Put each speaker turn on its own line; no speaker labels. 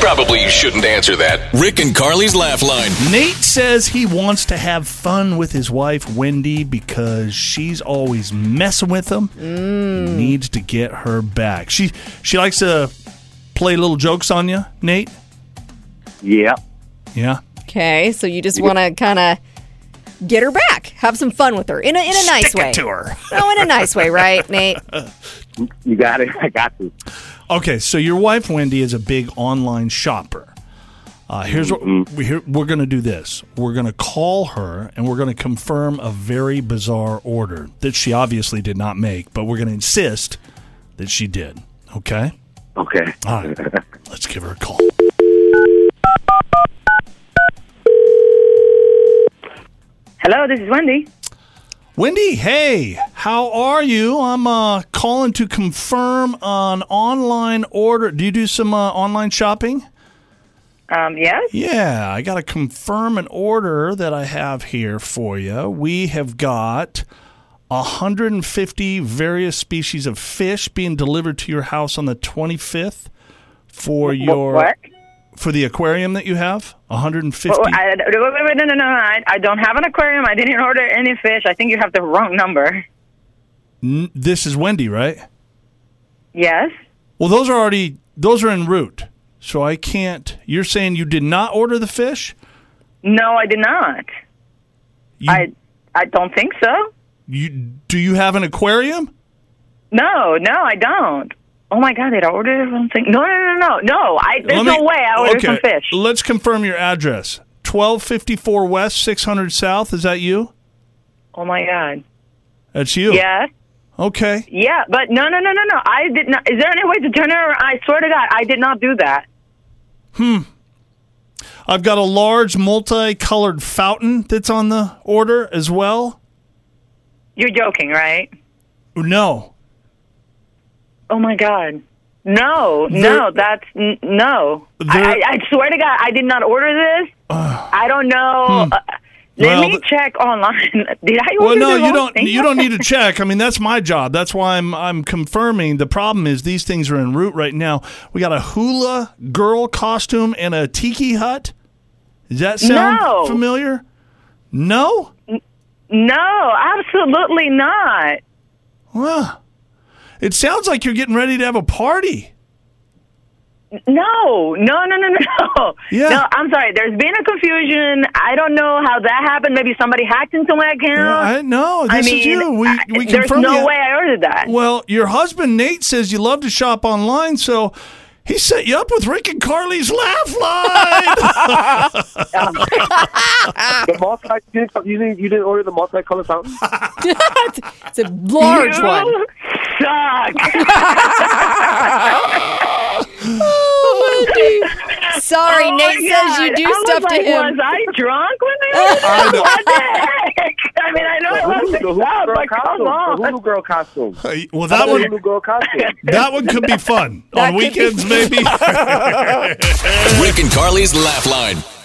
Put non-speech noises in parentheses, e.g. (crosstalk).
probably shouldn't answer that. Rick and Carly's Laugh Line.
Nate says he wants to have fun with his wife, Wendy, because she's always messing with him.
Mm.
He needs to get her back. She she likes to play little jokes on you, Nate.
Yeah.
Yeah.
Okay, so you just want to kind of get her back, have some fun with her in a in a nice
Stick
way.
it to her.
No, in a nice way,
(laughs)
right, Nate?
You got it. (laughs) I got you.
Okay, so your wife Wendy is a big online shopper. Uh, here's what we, here, we're going to do this. We're going to call her and we're going to confirm a very bizarre order that she obviously did not make, but we're going to insist that she did. Okay?
Okay.
All right.
(laughs)
Let's give her a call.
Hello, this is Wendy.
Wendy, hey, how are you? I'm uh, calling to confirm an online order. Do you do some uh, online shopping?
Um, yes?
Yeah, I got to confirm an order that I have here for you. We have got 150 various species of fish being delivered to your house on the 25th for your
What?
for the aquarium that you have. 150.
What- I, wait, wait, wait, no, no, no. I, I don't have an aquarium. I didn't order any fish. I think you have the wrong number.
N- this is Wendy, right?
Yes?
Well, those are already those are en route. So I can't. You're saying you did not order the fish?
No, I did not.
You,
I I don't think so.
you do you have an aquarium?
No, no, I don't. Oh my God, did I order something? No, no, no, no. No, I, there's
Let me-
no way I ordered
okay,
some fish.
Let's confirm your address. 1254 West, 600 South. Is that you?
Oh my God.
That's you.
Yes?
Okay.
Yeah, but no, no, no, no, no. I did not. Is there any way to turn it around? I swear to God, I did not do that.
I've got a large multicolored fountain that's on the order as well.
You're joking, right?
No.
Oh my God. No, no,
There-
that's n- no.
There-
I, I, I swear to God, I did not order this. I don't know. Uh, let
Hmm. Well,
me
th-
check online. (laughs) did I order
Well, no,
the
you
wrong
don't.
thing?
You don't
(laughs)
need to check. I mean, that's my job. That's why I'm. I'm confirming. The problem is these things are en route right now. We got a hula girl costume and a tiki hut. Does that sound
No.
familiar? No.
No, absolutely not.
Huh. It sounds like you're getting ready to have a party.
No, no, no, no, no, no.
(laughs) Yeah.
No, I'm sorry. There's been a confusion. I don't know how that happened. Maybe somebody hacked into my account.
I know. This
I mean,
is you. We
I-
we
there's
confirm
no
you.
way I ordered that.
Well, your husband Nate says you love to shop online, so he set you up with Rick and Carly's Laugh Line.
The multi, you didn't, you didn't, you didn't order the multicolored
(laughs)
fountain?
it's a large
you
one.
(laughs) suck. (laughs)
Oh,
(laughs)
Sorry,
Oh
Nate
my
says you
God.
do
I was
stuff
like,
to him.
Was I drunk when
(laughs)
they ordered
I know.
it? What the heck? I mean, I know it
Hulu-
wasn't
Hulu
up,
girl
but come
costume. The
on.
Hulu girl costume.
well, that
The
one
Hulu girl costume.
(laughs)
that one could be fun
That
on
could be
weekends, maybe.
Rick and Carly's Laugh Line.